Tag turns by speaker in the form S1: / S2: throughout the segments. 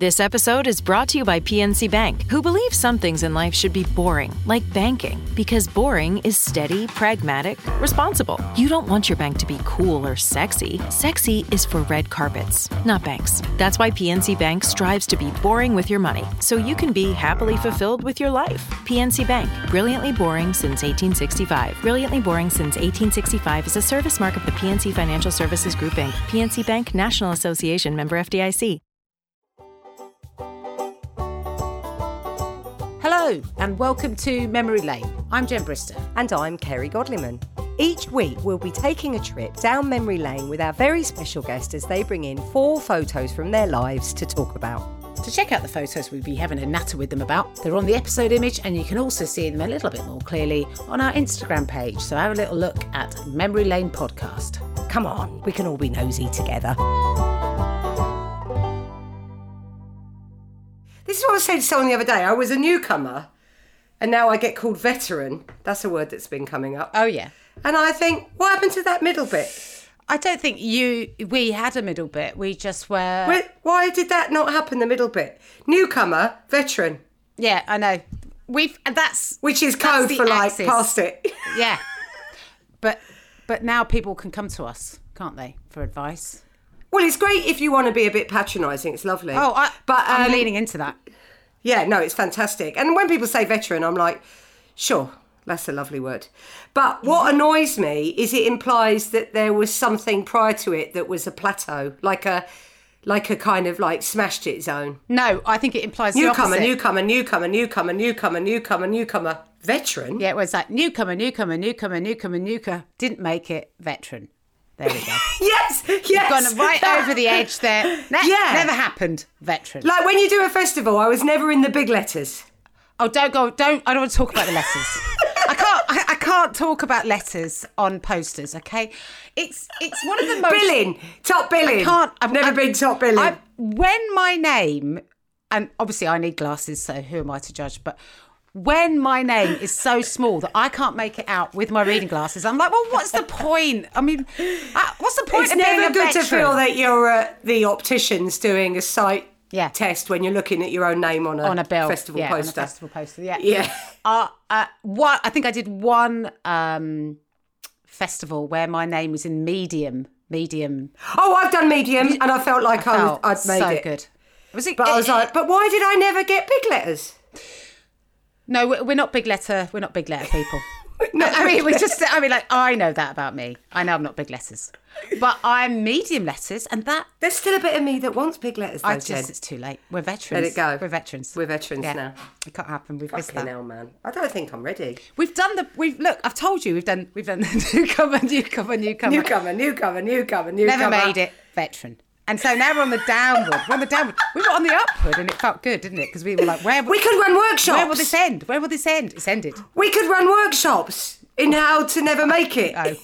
S1: This episode is brought to you by PNC Bank, who believes some things in life should be boring, like banking, because boring is steady, pragmatic, responsible. You don't want your bank to be cool or sexy. Sexy is for red carpets, not banks. That's why PNC Bank strives to be boring with your money, so you can be happily fulfilled with your life. PNC Bank, brilliantly boring since 1865. Brilliantly boring since 1865 is a service mark of the PNC Financial Services Group Inc. PNC Bank, National Association member FDIC.
S2: Hello, and welcome to Memory Lane. I'm Jen Brister.
S3: And I'm Kerry Godliman. Each week, we'll be taking a trip down memory lane with our very special guest as they bring in four photos from their lives to talk about.
S2: To check out the photos we'll be having a natter with them about, they're on the episode image, and you can also see them a little bit more clearly on our Instagram page. So have a little look at Memory Lane Podcast.
S3: Come on, we can all be nosy together. This is what I was saying to someone the other day. I was a newcomer, and now I get called veteran. That's a word that's been coming up.
S2: Oh, yeah.
S3: And I think, what happened to that middle bit?
S2: I don't think you we had a middle bit. We just were.
S3: Why- Why did that not happen, the middle bit? Newcomer, veteran,
S2: yeah, I know. We've that's
S3: which is
S2: that's
S3: code
S2: the
S3: for like
S2: axis.
S3: past it.
S2: Yeah, but but now people can come to us, can't they, for advice?
S3: Well, it's great if you want to be a bit patronising. It's lovely.
S2: Oh, I,
S3: but
S2: I'm
S3: um,
S2: leaning into that.
S3: yeah, no, it's fantastic. And when people say veteran, I'm like, sure, that's a lovely word. But
S2: Mm-hmm.
S3: what annoys me is it implies that there was something prior to it that was a plateau, like a like a kind of like smashed it zone.
S2: No, I think it implies the
S3: Newcomer,
S2: opposite.
S3: newcomer, newcomer, newcomer, newcomer, newcomer, newcomer, veteran.
S2: Yeah, it was like newcomer, newcomer, newcomer, newcomer, newcomer. Didn't make it, veteran. There we go.
S3: Yes, yes.
S2: Gone right over the edge there. Ne-
S3: Yeah.
S2: Never happened, veteran.
S3: Like when you do a festival, I was never in the big letters.
S2: oh, don't go. Don't. I don't want to talk about the letters. I can't. I, I can't talk about letters on posters. Okay, it's it's one of the most
S3: Billing, top billing.
S2: I can't.
S3: I've never been top billing.
S2: I've- when my name, and obviously I need glasses, so who am I to judge? But when my name is so small that I can't make it out with my reading glasses, I'm like, well, what's the point? I mean, uh, what's the point
S3: It's
S2: of being
S3: never
S2: a
S3: good to
S2: veteran?
S3: feel that you're uh, the opticians doing a sight
S2: Yeah.
S3: test when you're looking at your own name on a,
S2: on a bill,
S3: festival
S2: yeah, on a
S3: poster.
S2: festival poster, yeah,
S3: Yeah.
S2: Uh, uh, what I think I did one um, festival where my name was in medium, medium.
S3: Oh, I've done medium, and I felt like I
S2: Oh,
S3: was, I'd made
S2: so
S3: it.
S2: good. Was it?
S3: But I
S2: it-
S3: was like, but why did I never get big letters?
S2: No, we- we're not big letter. We're not big letter people. I mean, we just. I mean, like I know that about me. I know I'm not big letters, but I'm medium letters, and that
S3: There's still a bit of me that wants big letters. Though,
S2: I just.
S3: Jen.
S2: It's too late. We're veterans.
S3: Let it go.
S2: We're veterans.
S3: We're veterans
S2: Yeah.
S3: now.
S2: It can't happen. We've missed
S3: Fucking
S2: that.
S3: hell, man. I don't think I'm ready.
S2: We've done the. We've look. I've told you. We've done. We've done the newcomer, newcomer, newcomer.
S3: Newcomer, newcomer, newcomer, newcomer.
S2: Never made it. Veteran. And so now we're on the downward. We're on the downward. We were on the upward, and it felt good, didn't it? Because we were like, where
S3: We could run workshops.
S2: Where will this end? Where will this end? It's ended.
S3: We could run workshops in how to never make it.
S2: No,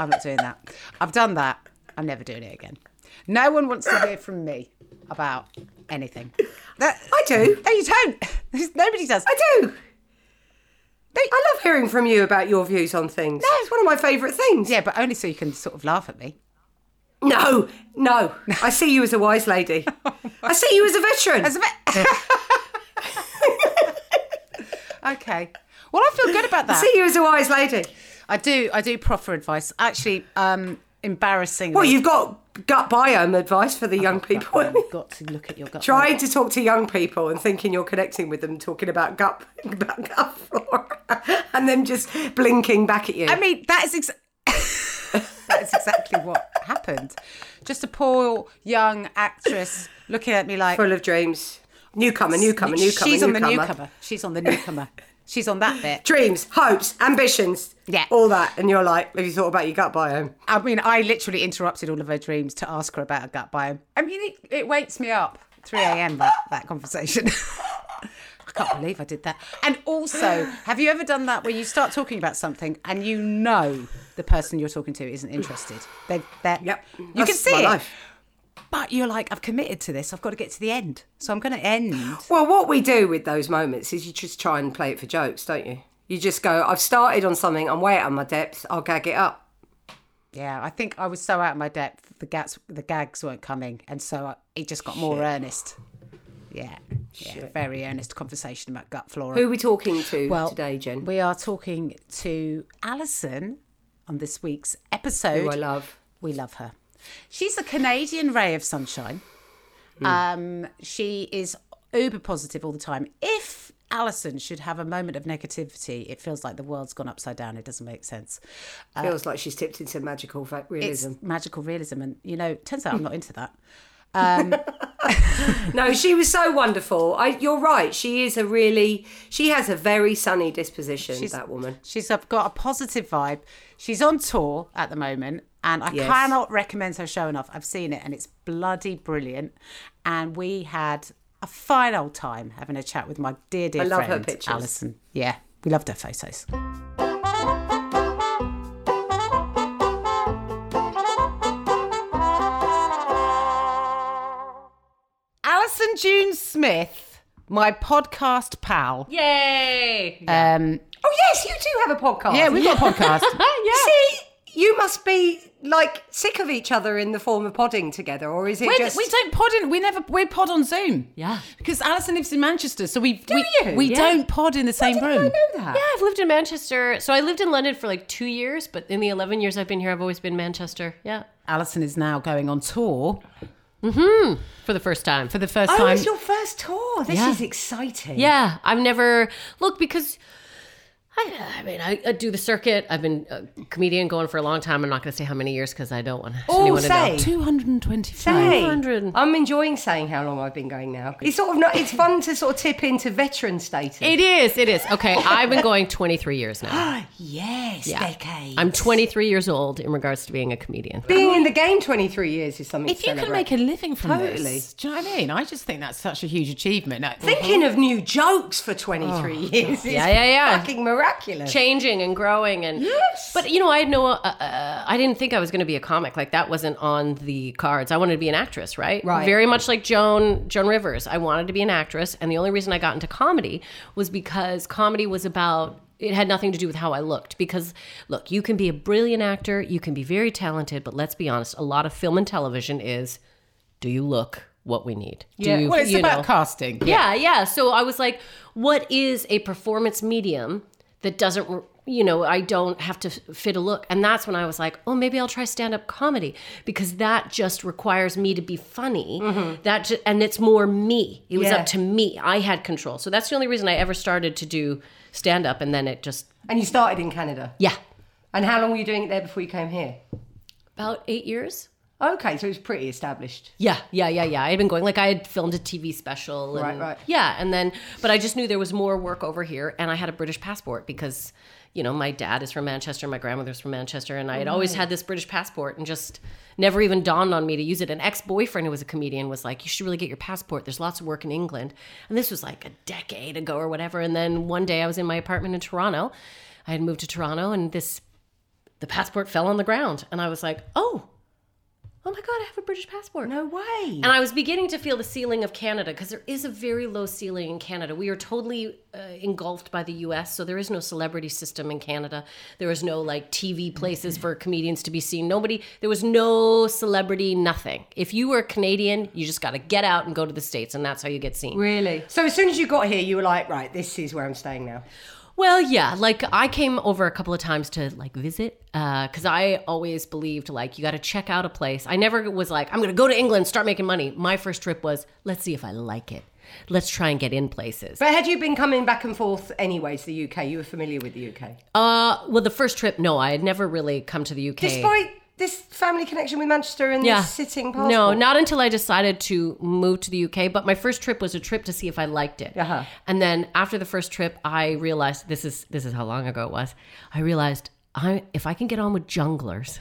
S2: I'm not doing that. I've done that. I'm never doing it again. No one wants to hear from me about anything. That-
S3: I do.
S2: No, you don't. Nobody does.
S3: I do. I love hearing from you about your views on things. It's one of my favourite things.
S2: Yeah, but only so you can sort of laugh at me.
S3: No, no. I see you as a wise lady. I see you as a veteran.
S2: Oh As a ve- okay. Well, I feel good about
S3: I
S2: that.
S3: see you as a wise lady.
S2: I do. I do proffer advice. Actually, um, embarrassing.
S3: Well, you've got gut biome advice for the young people.
S2: You've got to look at your gut.
S3: Trying to talk to young people and thinking you're connecting with them, talking about gut, about gut flora, and them just blinking back at you.
S2: I mean, that is ex- that is exactly what happened. Just a poor young actress looking at me like
S3: Full of dreams. Newcomer, newcomer, newcomer.
S2: she's on the
S3: newcomer.
S2: newcomer. She's on the newcomer. She's on that bit.
S3: Dreams, hopes, ambitions.
S2: Yeah.
S3: All that. And you're like, have you thought about your gut biome?
S2: I mean, I literally interrupted all of her dreams to ask her about a gut biome. I mean, it, it wakes me up 3 a.m. that that conversation. I can't believe I did that. And also, have you ever done that where you start talking about something and you know the person you're talking to isn't interested? They, they're,
S3: Yep.
S2: You
S3: That's
S2: can see
S3: my
S2: it.
S3: life.
S4: But you're like, I've committed to this. I've got to get to the end. So I'm going to end.
S3: Well, what we do with those moments is you just try and play it for jokes, don't you? You just go, I've started on something, I'm way out of my depth, I'll gag it up.
S4: Yeah, I think I was so out of my depth. The gags, the gags weren't coming, and so I, it just got more earnest. Yeah, yeah, very earnest conversation about gut flora.
S3: Who are we talking to
S4: well,
S3: today, Jen?
S4: We are talking to Alison on this week's episode.
S3: Who I love.
S4: We love her. She's a Canadian ray of sunshine.
S3: Hmm.
S4: Um, she is uber positive all the time. If Alison should have a moment of negativity, it feels like the world's gone upside down. It doesn't make sense.
S2: Uh,
S3: Feels like she's tipped into magical fa- realism.
S4: It's magical realism, and you know, turns out I'm not into that.
S3: No, she was so wonderful. I, you're right. She is a really, she has a very sunny disposition, that woman.
S4: She's up- got a positive vibe. She's on tour at the moment, and I
S3: Yes.
S4: cannot recommend her show enough. I've seen it, and it's bloody brilliant. And we had a fine old time having a chat with my dear, dear
S3: I love her
S4: friend,
S3: pictures.
S4: Alison. Yeah, we loved her photos. Alison June Smith, my podcast pal.
S2: Yay!
S4: Um,
S3: Oh, yes, you do have a podcast.
S4: yeah, we've got a podcast.
S3: See, you must be like sick of each other in the form of podding together, or is it
S2: We're-
S3: just.
S2: we don't pod in. We never. We pod on Zoom.
S5: Yeah.
S2: Because Alison lives in Manchester, so we do we,
S5: you?
S2: we
S5: Yeah.
S2: don't pod in the same room.
S3: know that.
S5: Yeah, I've lived in Manchester. So I lived in London for like two years, but in the 11 years I've been here, I've always been Manchester. Yeah.
S2: Alison is now going on tour
S5: For the first time.
S2: for the first
S3: Oh,
S2: time.
S3: it's your first tour. This
S5: Yeah.
S3: is exciting.
S5: yeah. I've never, look, because I, I mean, I, I do the circuit. I've been a comedian going for a long time. I'm not going to say how many years because I don't want
S3: Oh,
S5: anyone to know.
S3: say.
S2: 225.
S3: Say.
S5: 200.
S3: I'm enjoying saying how long I've been going now. It's sort of not. It's fun to sort of tip into veteran status.
S5: It is. It is. Okay. I've been going 23 years now.
S3: Ah, yes, decades.
S5: I'm 23 years old in regards to being a comedian.
S3: Being in the game 23 years is something.
S2: If
S3: to
S2: you can
S3: celebrate.
S2: make a living from
S3: Totally.
S2: this, do you know what I mean? I just think that's such a huge achievement. No,
S3: thinking of new jokes for 23 years, is
S5: Oh, Yeah, yeah, yeah.
S3: fucking miraculous.
S5: changing and growing and
S3: Yes.
S5: but you know i had no uh, uh, i didn't think i was going to be a comic like that wasn't on the cards i wanted to be an actress right
S3: Right.
S5: very much like joan joan rivers i wanted to be an actress and the only reason i got into comedy was because comedy was about it had nothing to do with how I looked because, look, you can be a brilliant actor, you can be very talented, but let's be honest, a lot of film and television is do you look what we need? Do you,
S2: well, it's
S5: you
S2: about
S5: know?
S2: casting.
S5: Yeah, yeah. So I was like, what is a performance medium that doesn't, you know, I don't have to f- fit a look? And that's when I was like, oh, maybe I'll try stand up comedy because that just requires me to be funny. That ju- and it's more me. It was
S3: Yeah.
S5: up to me. I had control. So that's the only reason I ever started to do stand up. And then it just,
S3: And you started in Canada.
S5: yeah,
S3: And how long were you doing it there before you came here?
S5: about eight years.
S3: Okay, so it was pretty established.
S5: Yeah, yeah, yeah, yeah. I had been going like I had filmed a TV special, and,
S3: Right, right.
S5: Yeah, and then but I just knew there was more work over here, and I had a British passport because you know my dad is from Manchester, my grandmother's from Manchester, and I had always had this British passport, and just never even dawned on me to use it. An ex boyfriend who was a comedian was like, "You should really get your passport. There's lots of work in England," and this was like a decade ago or whatever. And then one day I was in my apartment in Toronto. I had moved to Toronto, and this the passport fell on the ground, and I was like, "Oh." Oh my God, I have a British passport.
S3: No way.
S5: And I was beginning to feel the ceiling of Canada because there is a very low ceiling in Canada. We are totally uh, engulfed by the US, so there is no celebrity system in Canada. There is no like TV places for comedians to be seen. Nobody, there was no celebrity, nothing. If you were a Canadian, you just got to get out and go to the States, and that's how you get seen.
S3: Really? So as soon as you got here, you were like, right, this is where I'm staying now.
S5: Well, yeah, like I came over a couple of times to like visit because I always believed like you got to check out a place. I never was like I'm gonna go to England, start making money. My first trip was let's see if I like it. Let's try and get in places.
S3: But had you been coming back and forth anyway to the UK? You were familiar with the UK.
S5: Uh, well, the first trip, no, I had never really come to the UK.
S3: Despite this family connection with Manchester and this sitting passport.
S5: No, not until I decided to move to the UK. But my first trip was a trip to see if I liked it.
S3: Uh-huh.
S5: And then after the first trip, I realized this is this is how long ago it was. I realized I if I can get on with junglers,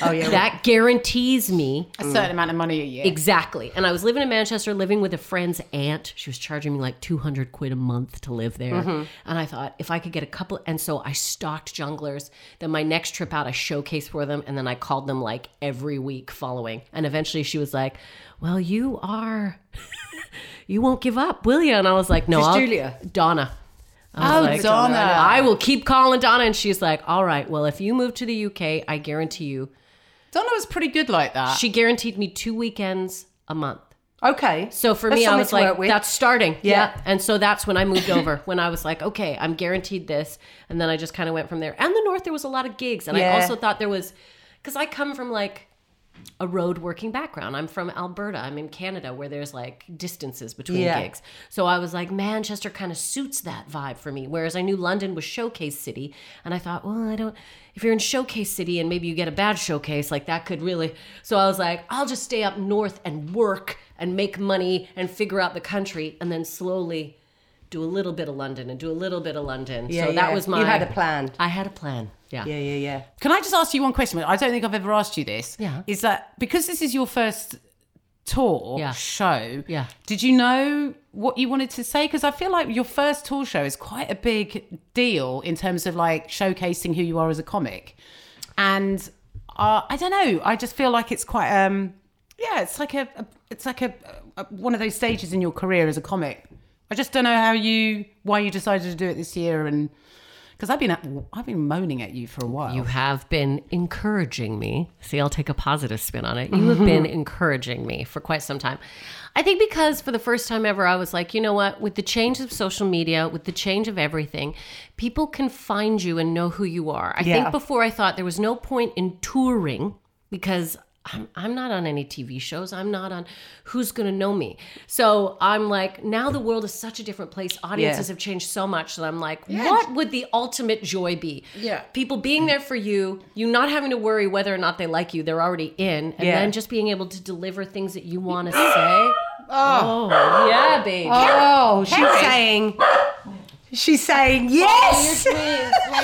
S5: Oh, yeah. that guarantees me
S2: a certain amount of money a year.
S5: Exactly. And I was living in Manchester, living with a friend's aunt. She was charging me like 200 quid a month to live there.
S2: Mm-hmm.
S5: And I thought if I could get a couple, and so I stocked junglers. Then my next trip out, I showcased for them. And then I called them like every week following. And eventually she was like, Well, you are, you won't give up, will you? And I was like, No,
S6: Who's
S5: I'll-
S6: Julia?
S5: Donna. I
S2: Oh,
S5: was like,
S2: Donna.
S5: I will keep calling Donna. And she's like, All right, well, if you move to the UK, I guarantee you.
S2: Donna was pretty good like that.
S5: She guaranteed me two weekends a month.
S3: Okay.
S5: So for
S3: That's
S5: me, I
S3: something
S5: was
S3: to
S5: like,
S3: work with.
S5: that's starting.
S3: Yeah.
S5: Yeah. And so that's when I moved over, when I was like, okay, I'm guaranteed this. And then I just kind of went from there. And the North, there was a lot of gigs. And
S3: Yeah.
S5: I also thought there was, because I come from like a road working background. I'm from Alberta. I'm in Canada where there's like distances between
S3: Yeah.
S5: gigs. So I was like, Manchester kind of suits that vibe for me. Whereas I knew London was Showcase City. And I thought, well, I don't, if you're in Showcase City and maybe you get a bad showcase, like that could really. So I was like, I'll just stay up north and work and make money and figure out the country and then slowly do a little bit of London and do a little bit of London.
S3: Yeah,
S5: so
S3: yeah.
S5: that was
S3: You
S5: my.
S3: had a plan.
S5: I had a plan. Yeah.
S3: Yeah, yeah, yeah.
S2: Can I just ask you one question? I don't think I've ever asked you this.
S5: Yeah.
S2: Is that because this is your first tour
S5: Yeah.
S2: show?
S5: Yeah.
S2: Did you know what you wanted to say? Because I feel like your first tour show is quite a big deal in terms of like showcasing who you are as a comic, and uh, I don't know. I just feel like it's quite um yeah. It's like a, a it's like a, a one of those stages in your career as a comic. I just don't know how you why you decided to do it this year and. Because I've been at, I've been moaning at you for a while.
S5: You have been encouraging me. Mm-hmm. See, I'll take a positive spin on it. You have been encouraging me for quite some time. I think because for the first time ever, I was like, you know what? With the change of social media, with the change of everything, people can find you and know who you are. I think before I thought there was no point in touring because. I'm, I'm not on any TV shows. I'm not on who's going to know me. So I'm like, now the world is such a different place. Audiences have changed so much that I'm like, what would the ultimate joy be?
S2: Yeah.
S5: people being there for you, you not having to worry whether or not they like you, they're already in, and
S3: Yeah.
S5: then just being able to deliver things that you want to say. Oh. yeah, baby.
S3: Oh, she's saying. She's saying yes.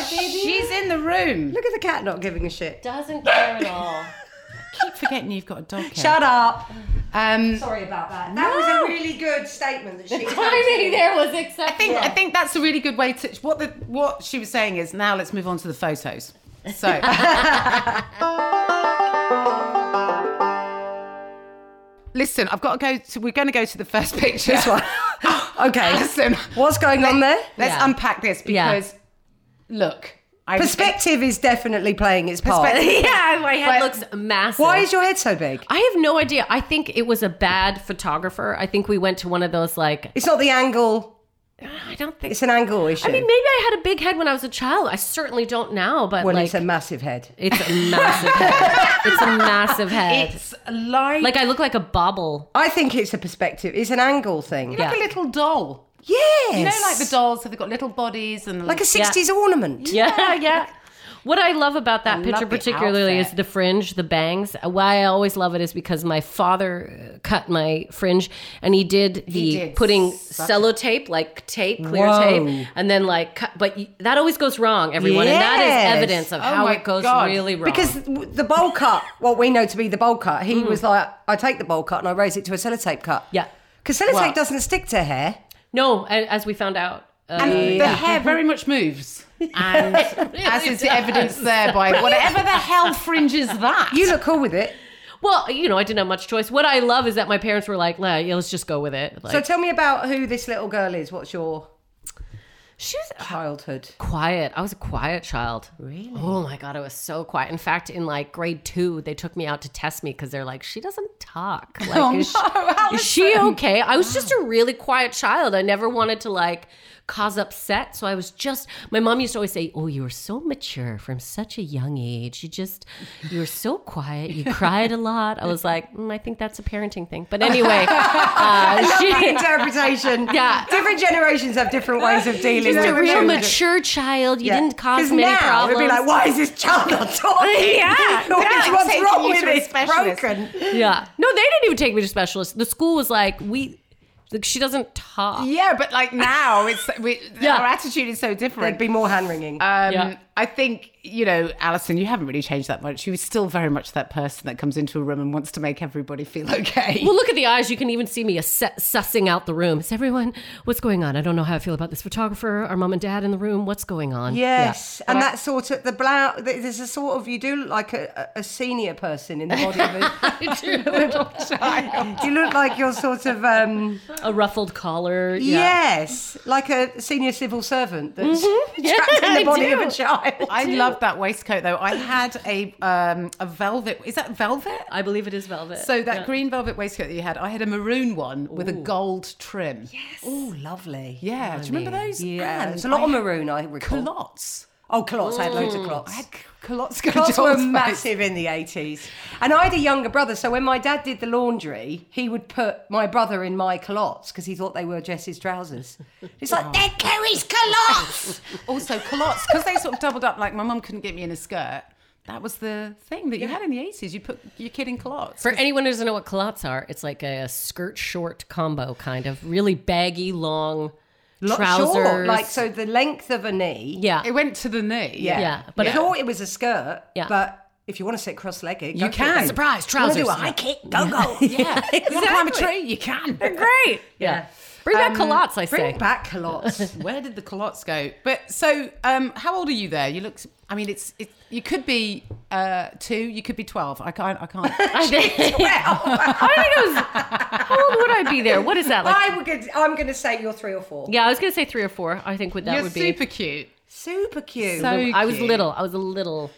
S2: She's in the room.
S3: Look at the cat not giving a shit.
S5: Doesn't care at all.
S2: Keep forgetting you've got a dog. Ken.
S3: Shut up.
S2: Um,
S3: Sorry about that. That was a really good statement that she.
S5: Timing there was exceptional.
S2: I think I think that's a really good way to what the what she was saying is now let's move on to the photos. So Listen, I've got to go to we're going to go to the first picture. This one.
S3: Okay.
S2: Listen.
S3: What's going on there?
S2: Let's
S5: Yeah.
S2: unpack this
S5: Yeah.
S2: because look, I
S3: Perspective is definitely playing its part.
S5: yeah, my head
S2: But-
S5: looks massive.
S3: Why is your head so big?
S5: I have no idea. I think it was a bad photographer. I think we went to one of those like
S3: It's not the angle.
S5: I don't think.
S3: It's an angle issue.
S5: I mean, maybe I had a big head when I was a child. I certainly don't now, but
S3: well,
S5: like
S3: it's a massive head.
S5: it's a massive head. It's a massive head.
S2: it's like,
S5: Like I look like a bobble.
S3: I think it's a perspective. It's an angle thing.
S2: like a little doll.
S3: Yes.
S2: You know like the dolls have they got little bodies and
S3: Like a 60s ornament.
S5: Yeah, yeah. What I love about that picture
S2: love the
S5: particularly is
S2: outfit.
S5: the fringe, the bangs. Why I always love it is because my father uh, cut my fringe and he did the
S2: did
S5: putting
S2: such-
S5: cellotape, like tape, clear tape, and then like cut. But y- that always goes wrong, everyone. And that
S3: Yes.
S5: is evidence of
S2: Oh
S5: how
S2: my
S5: it goes
S2: God.
S5: really wrong.
S3: Because w- the bowl cut, what we know to be the bowl cut, he was like, I take the bowl cut and I raise it to a sellotape cut.
S5: Mm. Yeah.
S3: Because sellotape
S2: Well-
S3: doesn't stick to hair.
S5: no, a- as we found out. Uh,
S2: And the hair very much moves. And as is the evidence there by whatever the hell fringe is that.
S3: You look cool with it.
S5: well, you know, I didn't have much choice. What I love is that my parents were like, "Nah, yeah, let's just go with it. Like,
S3: So tell me about who this little girl is. What's your
S5: she was
S3: childhood?
S5: quiet. I was a quiet child. Really? Oh my god, I was so quiet. In fact, in like grade two, they took me out to test me because they're like, she doesn't talk. Like,
S3: Oh
S5: is, she, is she okay? I was just a really quiet child. I never wanted to like cause upset, so I was just. My mom used to always say, "Oh, you were so mature from such a young age. You just, you were so quiet. You cried a lot." I was like, mm, I think that's a parenting thing. But anyway, uh,
S3: The
S5: she.
S3: interpretation.
S5: Yeah.
S3: Different generations have different ways of dealing
S5: Just
S3: with
S5: a real
S3: children.
S5: mature child. You
S3: Yeah.
S5: didn't cause
S3: 'Cause
S5: many
S3: now,
S5: problems.
S3: It'd be like, why is this child not talking?
S5: Yeah.
S3: What is-
S2: like
S3: what's
S2: taking
S3: wrong
S2: you
S3: with
S2: to a
S3: it? It's
S2: specialist.
S3: broken.
S5: Yeah. No, they didn't even take me to specialist. The school was like, we, like, she doesn't talk.
S2: Yeah, but like now, it's we,
S5: Yeah.
S2: our attitude is so
S3: There'd
S2: different.
S3: be more hand wringing.
S2: um,
S5: Yeah.
S2: I think, you know, Alison, you haven't really changed that much. You were still very much that person that comes into a room and wants to make everybody feel okay.
S5: Well, look at the eyes. You can even see me ass- sussing out the room. Is everyone, what's going on? I don't know how I feel about this photographer, our mom and dad in the room. What's going on?
S3: Yes, and that sort of the blouse. There's a sort of you do look like a, a a senior person in the body of a. you look like you're sort of um,
S5: A ruffled collar.
S3: yes, like a senior civil servant that's
S2: Mm-hmm.
S3: trapped in
S5: I
S3: the body of
S5: do.
S3: a child.
S2: I love that waistcoat though. I had a um a velvet. Is that velvet?
S5: I believe it is velvet.
S2: So that green velvet waistcoat that you had, I had a maroon one with a gold trim. Yes.
S3: Oh, lovely.
S2: Yeah. Do you remember those?
S3: Yeah,
S2: And
S3: it's a lot of
S2: I
S3: maroon. I recall.
S2: had Culottes.
S3: Oh, clots. I had loads of clots.
S2: I had c- culottes.
S3: Clots were
S2: controls.
S3: massive in the 80s. And I had a younger brother, so when my dad did the laundry, he would put my brother in my clots because he thought they were Jess's trousers. It's like, they're Kerry's clots!
S2: Also culottes because they sort of doubled up. Like my mum couldn't get me in a skirt. That was the thing that you had in the eighties. You put your kid in culottes.
S5: For anyone who doesn't know what culottes are, it's like a, skirt short combo kind of really baggy, long
S3: Lo-
S5: trousers.
S3: Short, like, so the length of a knee.
S5: yeah.
S2: it went to the knee.
S3: Yeah.
S5: Yeah,
S3: But
S5: but
S3: I thought it was a skirt,
S5: Yeah.
S3: but if you want to sit cross legged,
S2: You can.
S5: Surprise,
S3: Want
S5: trousers.
S3: to do a high kick? Go, go.
S5: Yeah.
S2: You want to climb a tree? You can.
S5: Great. Yeah. Bring back culottes, I
S3: Um, Bring
S5: say.
S3: back clots.
S2: Where did the culottes go? But so, um, how old are you there? You look. I mean, it's it, you could be uh, two. You could be twelve. I can't. I can't.
S5: I think, I think it was. How old would I be there? What is that like?
S3: I would, get- I'm going to say you're three or four.
S5: yeah, I was gonna say three or four. I think would that
S2: You're
S5: would be.
S2: super cute.
S3: Super cute.
S2: So
S5: I was
S2: cute.
S5: little. I was a little.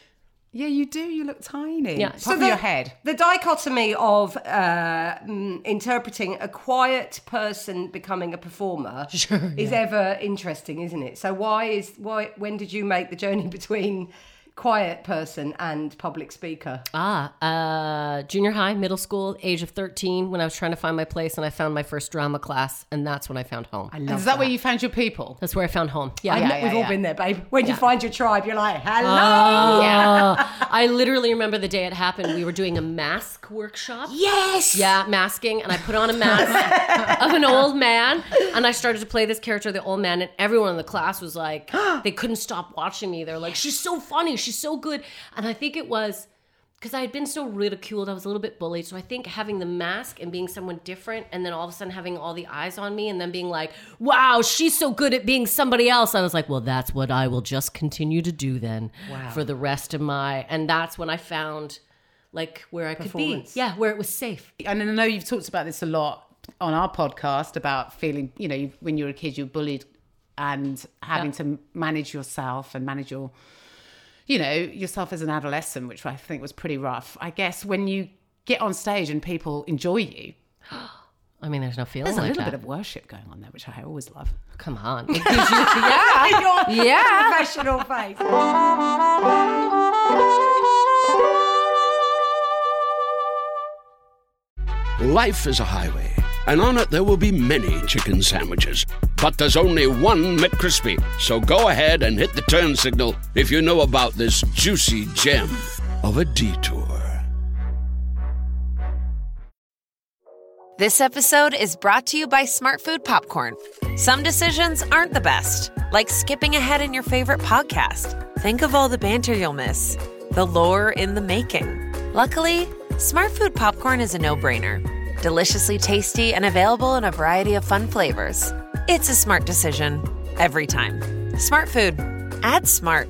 S2: Yeah, you do. You look tiny.
S5: Yeah.
S2: Top
S5: So
S2: of your head.
S3: The dichotomy of uh, mm, interpreting a quiet person becoming a performer is ever interesting, isn't it? So why is why when did you make the journey between quiet person and public speaker?
S5: Ah, uh, junior high, middle school, age of 13, when I was trying to find my place and I found my first drama class, and that's when I found home.
S2: Is that, where you found your people?
S5: that's where I found home. Yeah.
S3: I
S2: yeah,
S3: know-
S2: yeah,
S3: We've all
S2: yeah. Ah.
S3: been there, babe. When you find your tribe, you're like, hello.
S5: Oh, I literally remember the day it happened. We were doing a mask workshop.
S3: Yes.
S5: Yeah, masking, and I put on a mask of an old man, and I started to play this character, the old man, and everyone in the class was like, they couldn't stop watching me. They're like, she's so funny, she's so good, and I think it was because I had been so ridiculed, I was a little bit bullied. So I think having the mask and being someone different, and then all of a sudden having all the eyes on me, and then being like, wow, she's so good at being somebody else. I was like, well, that's what I will just continue to do then for the rest of my, and that's when I found. Like where I could be,
S3: Performance.
S5: yeah, where it was safe.
S2: And I know you've talked about this a lot on our podcast about feeling. You know, you- when you were a kid, you were bullied, and having to manage yourself and manage your you know yourself as an adolescent which i think was pretty rough i guess when you get on stage and people enjoy you
S5: I mean, there's no feeling
S2: there's a
S5: like
S2: little
S5: that.
S2: bit of worship going on there which i always love
S5: Come on. It gives you-
S3: Yeah.
S5: Yeah.
S3: Professional face.
S7: Life is a highway, and on it there will be many chicken sandwiches. But there's only one McCrispy. So go ahead and hit the turn signal if you know about this juicy gem of a detour.
S6: This episode is brought to you by Smart Food Popcorn. Some decisions aren't the best, like skipping ahead in your favorite podcast. Think of all the banter you'll miss, the lore in the making. Luckily, Smart Food Popcorn is a no brainer, deliciously tasty and available in a variety of fun flavors. It's a smart decision every time. Smart Food. Add smart.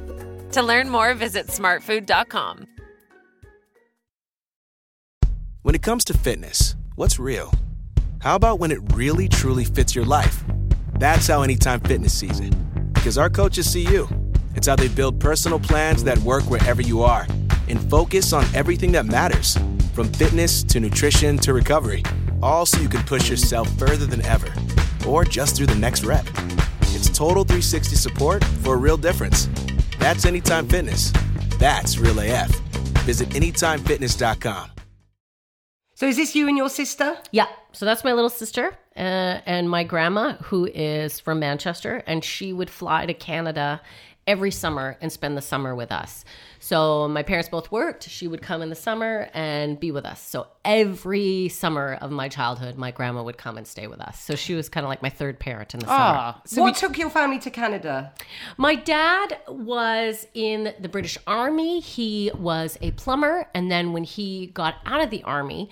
S6: To learn more, visit smartfood.com.
S8: When it comes to fitness, what's real? How about when it really truly fits your life? That's how Anytime Fitness sees it. Because our coaches see you. It's how they build personal plans that work wherever you are and focus on everything that matters from fitness to nutrition to recovery, all so you can push yourself further than ever or just through the next rep. It's total 360 support for a real difference. That's Anytime Fitness. That's Real AF. Visit AnytimeFitness.com.
S3: So is this you and your sister?
S5: yeah. So that's my little sister uh, and my grandma, who is from Manchester, and she would fly to Canada every summer and spend the summer with us. So my parents both worked. She would come in the summer and be with us. So every summer of my childhood, my grandma would come and stay with us. So she was kind of like my third parent in the summer.
S3: what took your family to Canada?
S5: My dad was in the British Army. He was a plumber. And then when he got out of the Army,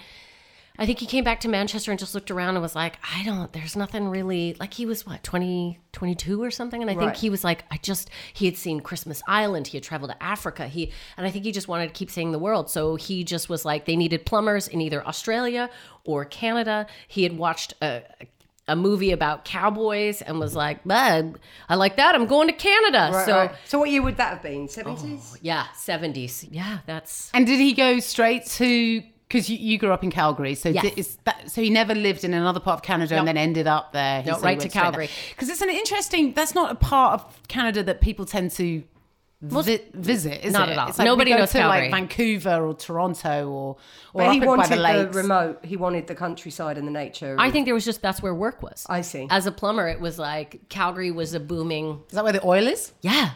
S5: I think he came back to Manchester and just looked around and was like, I don't, there's nothing really, like he was what, 20, 22 or something? And I think he was like, I just, he had seen Christmas Island. He had traveled to Africa. He, and I think he just wanted to keep seeing the world. So he just was like, they needed plumbers in either Australia or Canada. He had watched a, a movie about cowboys and was like, "Bud, I like that. I'm going to Canada." so,
S3: Right. Uh, so what year would that have been? Seventies.
S2: Oh,
S5: yeah, 70s. Yeah, that's
S2: And did he go straight to? Because you, you grew up in Calgary, so
S5: Yes.
S2: th- is that, so he never lived in another part of Canada and then ended up there.
S5: No, right to Calgary.
S2: Because it's an interesting. That's not a part of Canada that people tend to vi- visit. Is
S5: not
S2: it?
S5: at all.
S2: It's like
S5: Nobody
S2: we go
S5: knows
S2: to like
S5: Calgary.
S2: Vancouver or Toronto or or
S3: But
S2: up
S3: he
S2: in-
S3: wanted
S2: by the
S3: the,
S2: lakes.
S3: remote. He wanted the countryside and the nature.
S5: I think there was just that's where work was.
S3: I see.
S5: As a plumber, it was like Calgary was a booming.
S2: Is that where the oil is?
S5: Yeah.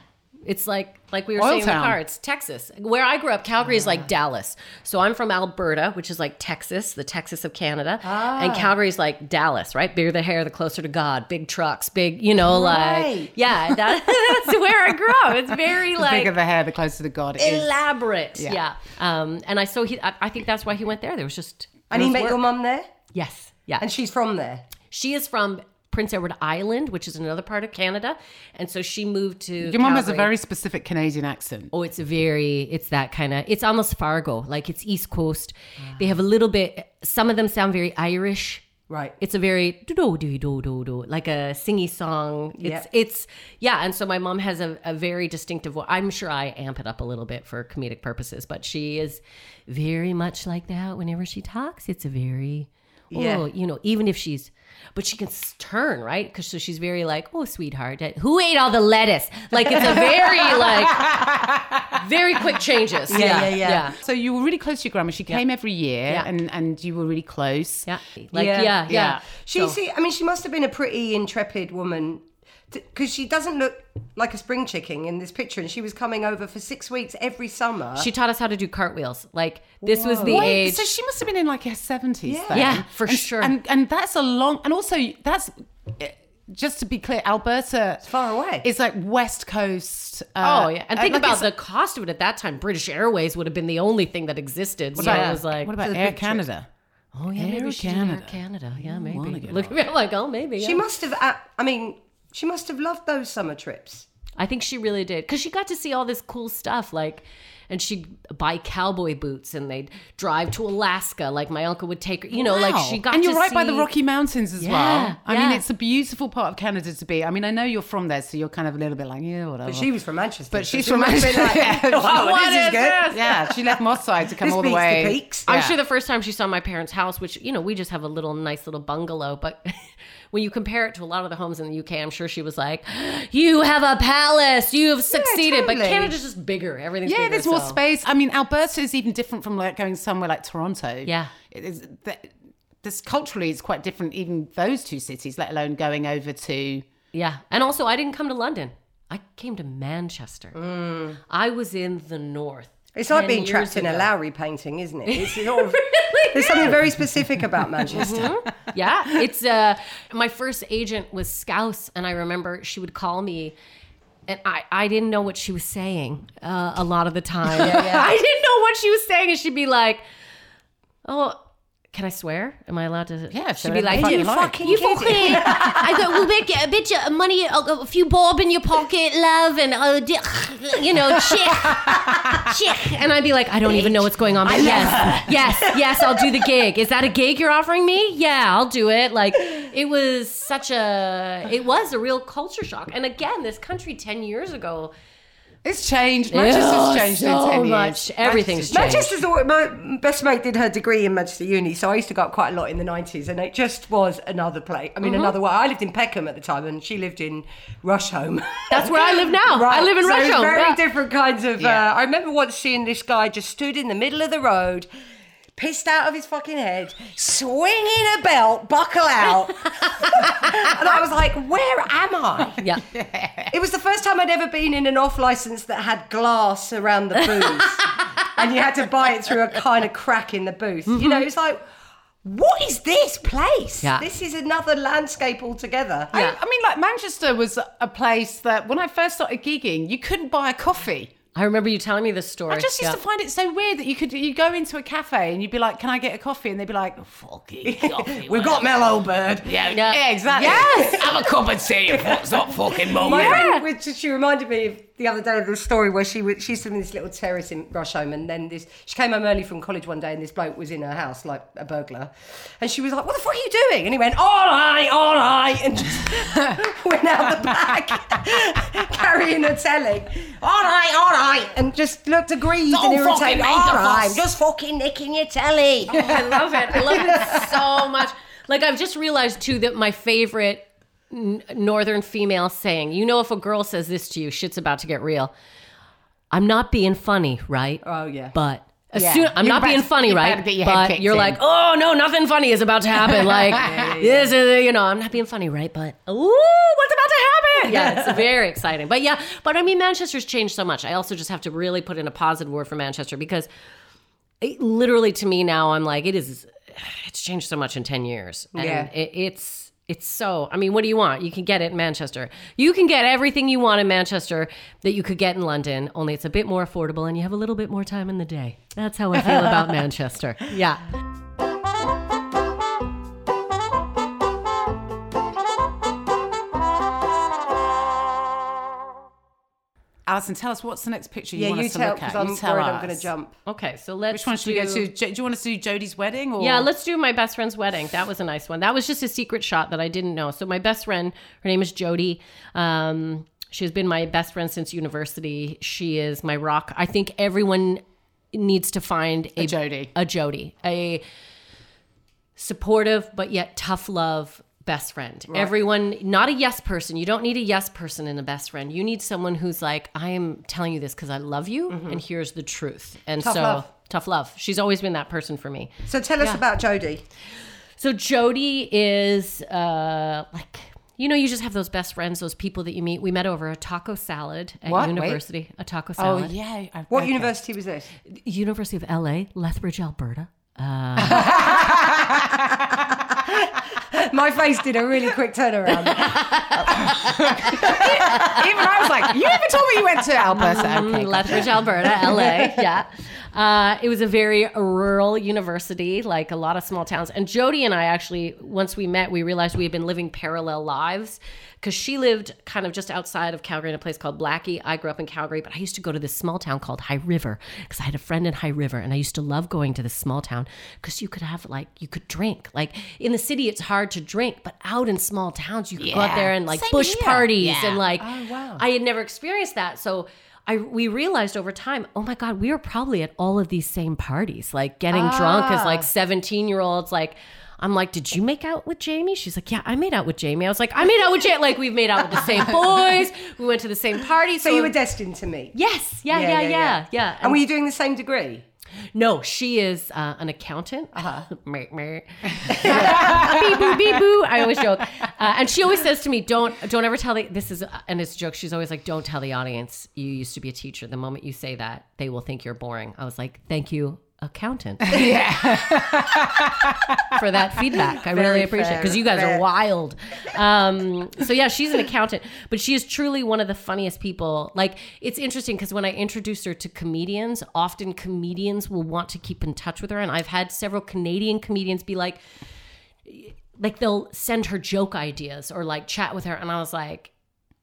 S5: It's like like we were
S2: Oil
S5: saying in the
S2: town.
S5: car, it's Texas. Where I grew up, Calgary is
S3: Ah.
S5: like Dallas. So I'm from Alberta, which is like Texas, the Texas of Canada.
S3: Ah.
S5: And Calgary is like Dallas, right? Bigger the hair, the closer to God. Big trucks, big, you know, like
S3: Right.
S5: yeah, that, that's where I grew up. It's very
S2: The
S5: like
S2: bigger the hair, the closer to God it is.
S5: elaborate. Yeah.
S2: Yeah.
S5: Um, and I so he, I, I think that's why he went there. There was just
S3: And he
S5: there was
S3: met
S5: work.
S3: your mum there,
S5: Yes. Yeah.
S3: and she's from there.
S5: She is from Prince Edward Island, which is another part of Canada, and so she moved to.
S2: Your mum has a
S5: Calgary.
S2: very specific Canadian accent.
S5: Oh, it's very. It's that kind of. It's almost Fargo, like it's East Coast. They have a little bit. Some of them sound very Irish.
S3: Right.
S5: It's a very do do do do do like a singy song. It's
S3: Yep.
S5: it's yeah, and so my mom has a, a very distinctive voice. I'm sure I amp it up a little bit for comedic purposes, but she is very much like that whenever she talks. It's a very
S3: Yeah.
S5: oh, you know, even if she's but she can s- turn, right? Cuz so she's very like, "Oh, sweetheart, eh, who ate all the lettuce?" Like it's a very like very quick changes. Yeah,
S3: yeah, yeah.
S2: So you were really close to your grandma. She came every year,
S5: Yeah.
S2: and and you were really close.
S5: Yeah. Like yeah, yeah.
S2: Yeah.
S3: She, see, I mean, she must have been a pretty intrepid woman because she doesn't look like a spring chicken in this picture. And she was coming over for six weeks every summer.
S5: She taught us how to do cartwheels. Like this was the
S2: Wait,
S5: age
S2: so she must have been in like her seventies. Yeah,
S5: Yeah, for sure.
S2: And and that's a long. And also that's eh, just to be clear, Alberta it's
S3: far away.
S2: It's like west coast. uh,
S5: Oh yeah, and
S2: uh,
S5: think
S2: like
S5: about
S2: it's-
S5: the cost of it at that time. British Airways would have been the only thing that existed. so
S2: about-
S5: it was like,
S2: what about Air Canada?
S5: oh yeah, maybe
S2: Air
S5: she did Air
S2: Canada.
S5: Canada. Yeah,
S2: wanna
S5: maybe.
S2: get
S5: Look, I'm like, oh, maybe.
S3: She
S5: yeah.
S3: must have. uh, I mean, she must have loved those summer trips.
S5: I think she really did because she got to see all this cool stuff, like. And she'd buy cowboy boots and they'd drive to Alaska. Like my uncle would take her, you know, like she
S2: Wow.
S5: got
S2: and you're
S5: to
S2: right by
S5: see-
S2: the Rocky Mountains as
S5: Yeah,
S2: well. I
S5: yeah.
S2: mean, it's a beautiful part of Canada to be. I mean, I know you're from there, so you're kind of a little bit like, yeah, whatever.
S3: But she was from Manchester.
S2: Oh. But
S3: so
S2: she's
S3: she
S2: from
S3: must have been
S2: Manchester.
S3: like,
S5: "Oh,
S3: wow,
S2: What
S3: this is
S2: is
S3: good.
S2: yeah, she left Moss Side to come
S3: This
S2: all the
S3: beats the
S2: way.
S3: peaks.
S2: Yeah.
S5: I'm sure the first time she saw my parents' house, which, you know, we just have a little nice little bungalow, but when you compare it to a lot of the homes in the UK, I'm sure she was like, You have a palace, you have succeeded. But
S3: totally.
S5: Canada's just bigger. Everything's
S2: Yeah,
S5: bigger,
S2: there's more
S5: so-
S2: space. I mean, Alberta is even different from like going somewhere like Toronto.
S5: Yeah.
S2: it is. That, this culturally, it's quite different. Even those two cities, let alone going over to.
S5: Yeah. And also I didn't come to London. I came to Manchester.
S2: Mm.
S5: I was in the north.
S3: It's like
S5: 10
S3: being
S5: years
S3: trapped in a
S5: ago.
S3: Lowry painting, isn't it? It's sort of, there's something very specific about Manchester.
S2: Mm-hmm.
S5: yeah it's uh my first agent was scouse and i remember she would call me and I, I didn't know what she was saying uh, a lot of the time. I didn't know what she was saying, and she'd be like, "Oh, can I swear? Am I allowed to?"
S2: Yeah,
S5: she'd
S2: sure,
S5: be like,
S2: fucking
S5: "You
S2: lie.
S5: fucking, you fucking, I go, we'll make a bit of uh, money, a, a few bob in your pocket, love, and uh, di- you know, chick, chick." And I'd be like, "I don't even know what's going on, but yes, yes, yes, I'll do the gig. Is that a gig you're offering me? Yeah, I'll do it." Like it was such a, it was a real culture shock. And again, this country ten years ago.
S2: It's changed. Manchester's changed
S5: Oh, so
S2: in ten years.
S5: much. Everything's changed.
S3: Manchester's all, my best mate did her degree in Manchester Uni, so I used to go up quite a lot in the 90s, and it just was another place.
S5: Mm-hmm.
S3: I mean, another way. I lived in Peckham at the time, and she lived in Rusholme.
S5: That's where I live now. I live in
S3: so
S5: Rusholme,
S3: Very
S5: yeah.
S3: different kinds of. Uh, I remember once seeing this guy just stood in the middle of the road.
S9: pissed out of his fucking head, swinging a belt, buckle out.
S3: And I was like, where am I?
S5: Yeah.
S3: It was the first time I'd ever been in an off license that had glass around the booth. and you had to buy it through a kind of crack in the booth. You know, it's like, what is this place?
S5: Yeah.
S3: This is another landscape altogether.
S2: I, I mean, like Manchester was a place that when I first started gigging, you couldn't buy a coffee.
S5: I remember you telling me this story.
S2: I just used
S5: Yeah.
S2: to find it so weird that you could you go into a cafe and you'd be like, "Can I get a coffee?" and they'd be like, "Fucking coffee."
S3: We've got Mellow Bird.
S2: yeah,
S5: Yeah.
S2: yeah, exactly. Yes, have a cup of tea. It's not fucking moment.
S3: My friend, which she reminded me of the other day of the story where she was, she used to live in this little terrace in Rusholme, and then this she came home early from college one day, and this bloke was in her house like a burglar, and she was like, "What the fuck are you doing?" And he went, "All right, all right," and just went out the back carrying a telly. All right, all right, and just looked aggrieved
S9: Don't
S3: and
S9: fucking
S3: irritated.
S9: make a
S3: All right,
S9: fuss."
S3: just fucking nicking your telly.
S5: I love it. I love it so much. Like I've just realized too that my favorite n- northern female saying, you know, if a girl says this to you, shit's about to get real. I'm not being funny, right? Oh
S2: yeah.
S5: But as
S2: Yeah.
S5: soon, I'm
S2: You're
S5: not
S2: about
S5: being
S2: to-
S5: funny,
S2: you're about
S5: right?
S2: to get your head
S5: but
S2: kicked
S5: you're
S2: in.
S5: like, oh no, nothing funny is about to happen. Like this is, you know, I'm not being funny, right? But ooh, what's about to happen? Yeah, it's very exciting. But yeah, but I mean, Manchester's changed so much. I also just have to really put in a positive word for Manchester because it, literally to me now i'm like it is it's changed so much in 10 years and
S3: Yeah.
S5: it, it's it's so i mean what do you want you can get it in manchester you can get everything you want in manchester that you could get in london only it's a bit more affordable and you have a little bit more time in the day that's how i feel about manchester yeah
S2: Alison, tell us what's the next picture you
S3: Yeah,
S2: want
S3: you
S2: us to
S3: tell
S2: look at.
S3: because I'm
S2: you tell
S3: worried
S2: us.
S3: I'm going to jump.
S5: okay so let's
S2: Which one should we go to? Jo- Do you want us to do Jodie's wedding or
S5: Yeah, let's do my best friend's wedding. That was a nice one. That was just a secret shot that I didn't know. So my best friend, her name is Jody. Um, she's been my best friend since university. She is my rock. I think everyone needs to find a,
S2: Jodie.
S5: a Jody, a supportive but yet tough love best friend. Everyone, not a yes person. You don't need a yes person in a best friend. You need someone who's like, I am telling you this because I love you, and here's the truth. And so.
S3: love.
S5: Mm-hmm. Tough love. She's always been that person for me.
S3: So tell us about Jodie.
S5: So Jody is uh like you know you just have those best friends, those people that you meet. We met over a taco salad at
S3: What? Wait.
S5: university. A
S2: Oh
S5: taco salad.
S2: yeah. I-
S3: What
S2: okay.
S3: university was this?
S5: University of LA, Lethbridge, Alberta.
S3: My face did a really quick turnaround.
S2: Even I was like, you never told me you went to Alberta. Okay,
S5: Mm, Lethbridge, Alberta, LA. Yeah. Uh, it was a very rural university, like a lot of small towns. And Jody and I actually, once we met, we realized we had been living parallel lives because she lived kind of just outside of Calgary in a place called Blackie. I grew up in Calgary, but I used to go to this small town called High River because I had a friend in High River and I used to love going to this small town because you could have like, you could drink. Like in the city, it's hard to drink, but out in small towns, you could go out there and like
S2: Same
S5: bush
S2: here.
S5: parties
S2: Yeah.
S5: and like, I had never experienced that. So I we realized over time, oh my God, we were probably at all of these same parties, like getting drunk as like 17 year olds. Like, I'm like, did you make out with Jamie? She's like, yeah, I made out with Jamie. I was like, I made out with Jamie. Like, we've made out with the same boys. We went to the same party. So,
S3: So you were destined to meet.
S5: Yes. Yeah, yeah, yeah, yeah.
S3: And, were you doing the same degree?
S5: No, she is uh, an accountant. Uh-huh. meh, meh. beep boo, beep boo. I always joke, uh, and she always says to me, "Don't, don't ever tell the." This is, uh, and it's a joke. She's always like, "Don't tell the audience you used to be a teacher. The moment you say that, they will think you're boring." I was like, "Thank you." Accountant, yeah, for that feedback, I really appreciate it because you guys are wild. Um, so yeah, she's an accountant, but she is truly one of the funniest people. Like it's interesting because when I introduce her to comedians, often comedians will want to keep in touch with her, and I've had several Canadian comedians be like, like they'll send her joke ideas or like chat with her and i was like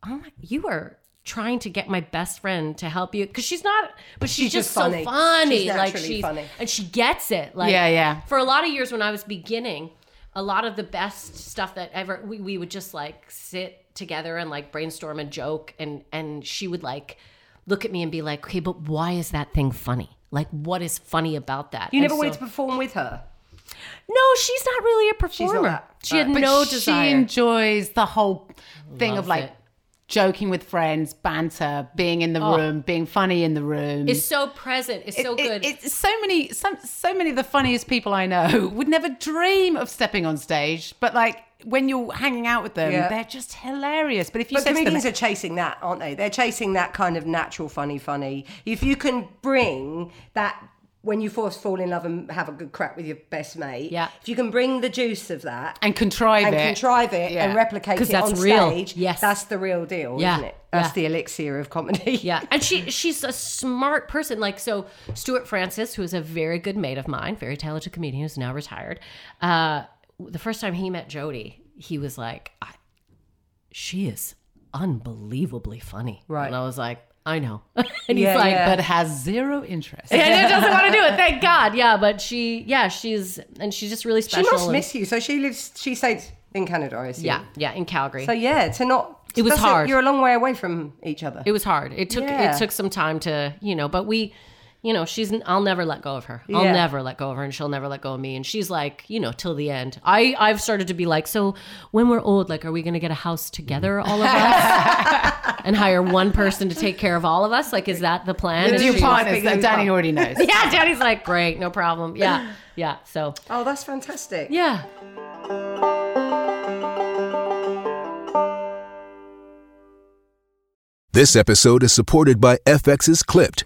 S5: oh my you are trying to get my best friend to help you because she's not but she's, just,
S3: just
S5: so
S3: funny.
S5: funny,
S3: She's
S5: like
S3: naturally
S5: she's
S3: funny.
S5: and she gets it like
S2: Yeah, yeah.
S5: for a lot of years when i was beginning a lot of the best stuff that ever we, we would just like sit together and like brainstorm and joke and and she would like look at me and be like okay but why is that thing funny like what is funny about that
S3: You
S5: And
S3: never
S5: so-
S3: wanted to perform with her.
S5: no she's not really a performer
S3: that-
S5: she had
S2: But
S5: no
S2: she
S5: desire
S2: enjoys the whole thing of like
S5: it.
S2: joking with friends, banter, being in the room, being funny in the room.
S5: Oh. It's so present. It's so
S2: It-
S5: good.
S2: it's so many, some, so many of the funniest people I know would never dream of stepping on stage, but like when you're hanging out with them,
S3: Yeah.
S2: they're just hilarious. But if you
S3: But
S2: said to them,
S3: comedians are chasing that, aren't they? They're chasing that kind of natural, funny, funny. If you can bring that when you first fall in love and have a good crack with your best mate,
S5: Yeah.
S3: if you can bring the juice of that
S2: and contrive
S3: and
S2: it,
S3: contrive it
S2: Yeah.
S3: and replicate
S5: 'Cause
S3: it
S5: that's
S3: on
S5: real.
S3: stage,
S5: Yes.
S3: that's the real deal,
S5: Yeah.
S3: isn't it? That's
S5: Yeah.
S3: the elixir of comedy.
S5: Yeah, and she she's a smart person. Like so, Stuart Francis, who is a very good mate of mine, very talented comedian who's now retired. Uh, the first time he met Jody, he was like, I, "She is unbelievably funny." Right, and I was like, "I know," and he's like,
S2: but has zero interest.
S5: and it doesn't want to do it. Thank God. Yeah, but she, yeah, she's and she's just really
S3: She
S5: special.
S3: must
S5: and-
S3: miss you. So she lives. She stays in Canada, I assume.
S5: Yeah, yeah, in Calgary.
S3: So yeah, to not.
S5: It was
S3: that's
S5: hard.
S3: you're a long way away from each other.
S5: it was hard. It took
S3: Yeah.
S5: it took some time to you know, but we, you know, she's I'll never let go of her. I'll
S3: Yeah.
S5: never let go of her, and she'll never let go of me. And she's like, you know, till the end. I I've started to be like, so when we're old, like, are we gonna get a house together, all of us, and hire one person to take care of all of us? Like, is that the plan?
S2: Do your
S5: She's-
S2: partners that Danny already knows.
S5: Yeah, Danny's like, great, no problem. Yeah, yeah. So
S3: oh, that's fantastic.
S5: yeah.
S8: This episode is supported by FX's Clipped,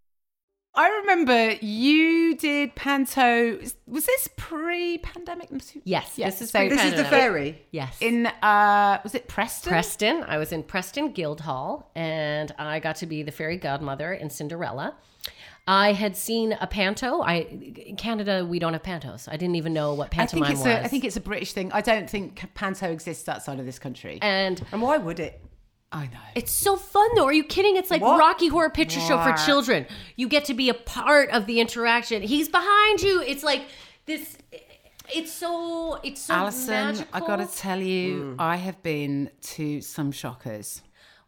S2: I remember you did Panto. Was this pre-pandemic?
S5: Yes, this
S3: This
S5: is
S3: is the
S5: pre-pandemic.
S3: fairy.
S5: Yes.
S2: in uh, was it Preston?
S5: Preston. I was in Preston Guildhall, and I got to be the fairy godmother in Cinderella. I had seen a panto. I in Canada we don't have pantos. I didn't even know what
S2: I think
S5: pantomime
S2: it's
S5: was.
S2: a. I think it's a British thing. I don't think Panto exists outside of this country.
S5: and
S3: And why would it?
S2: I know.
S5: it's so fun though. Are you kidding? It's like Rocky Horror Picture Show for children. You get to be a part of the interaction. He's behind you. It's like this. It's so. It's so.
S2: Alison, I
S5: magical.
S2: gotta tell
S3: Mm.
S2: you, I have been to some shockers.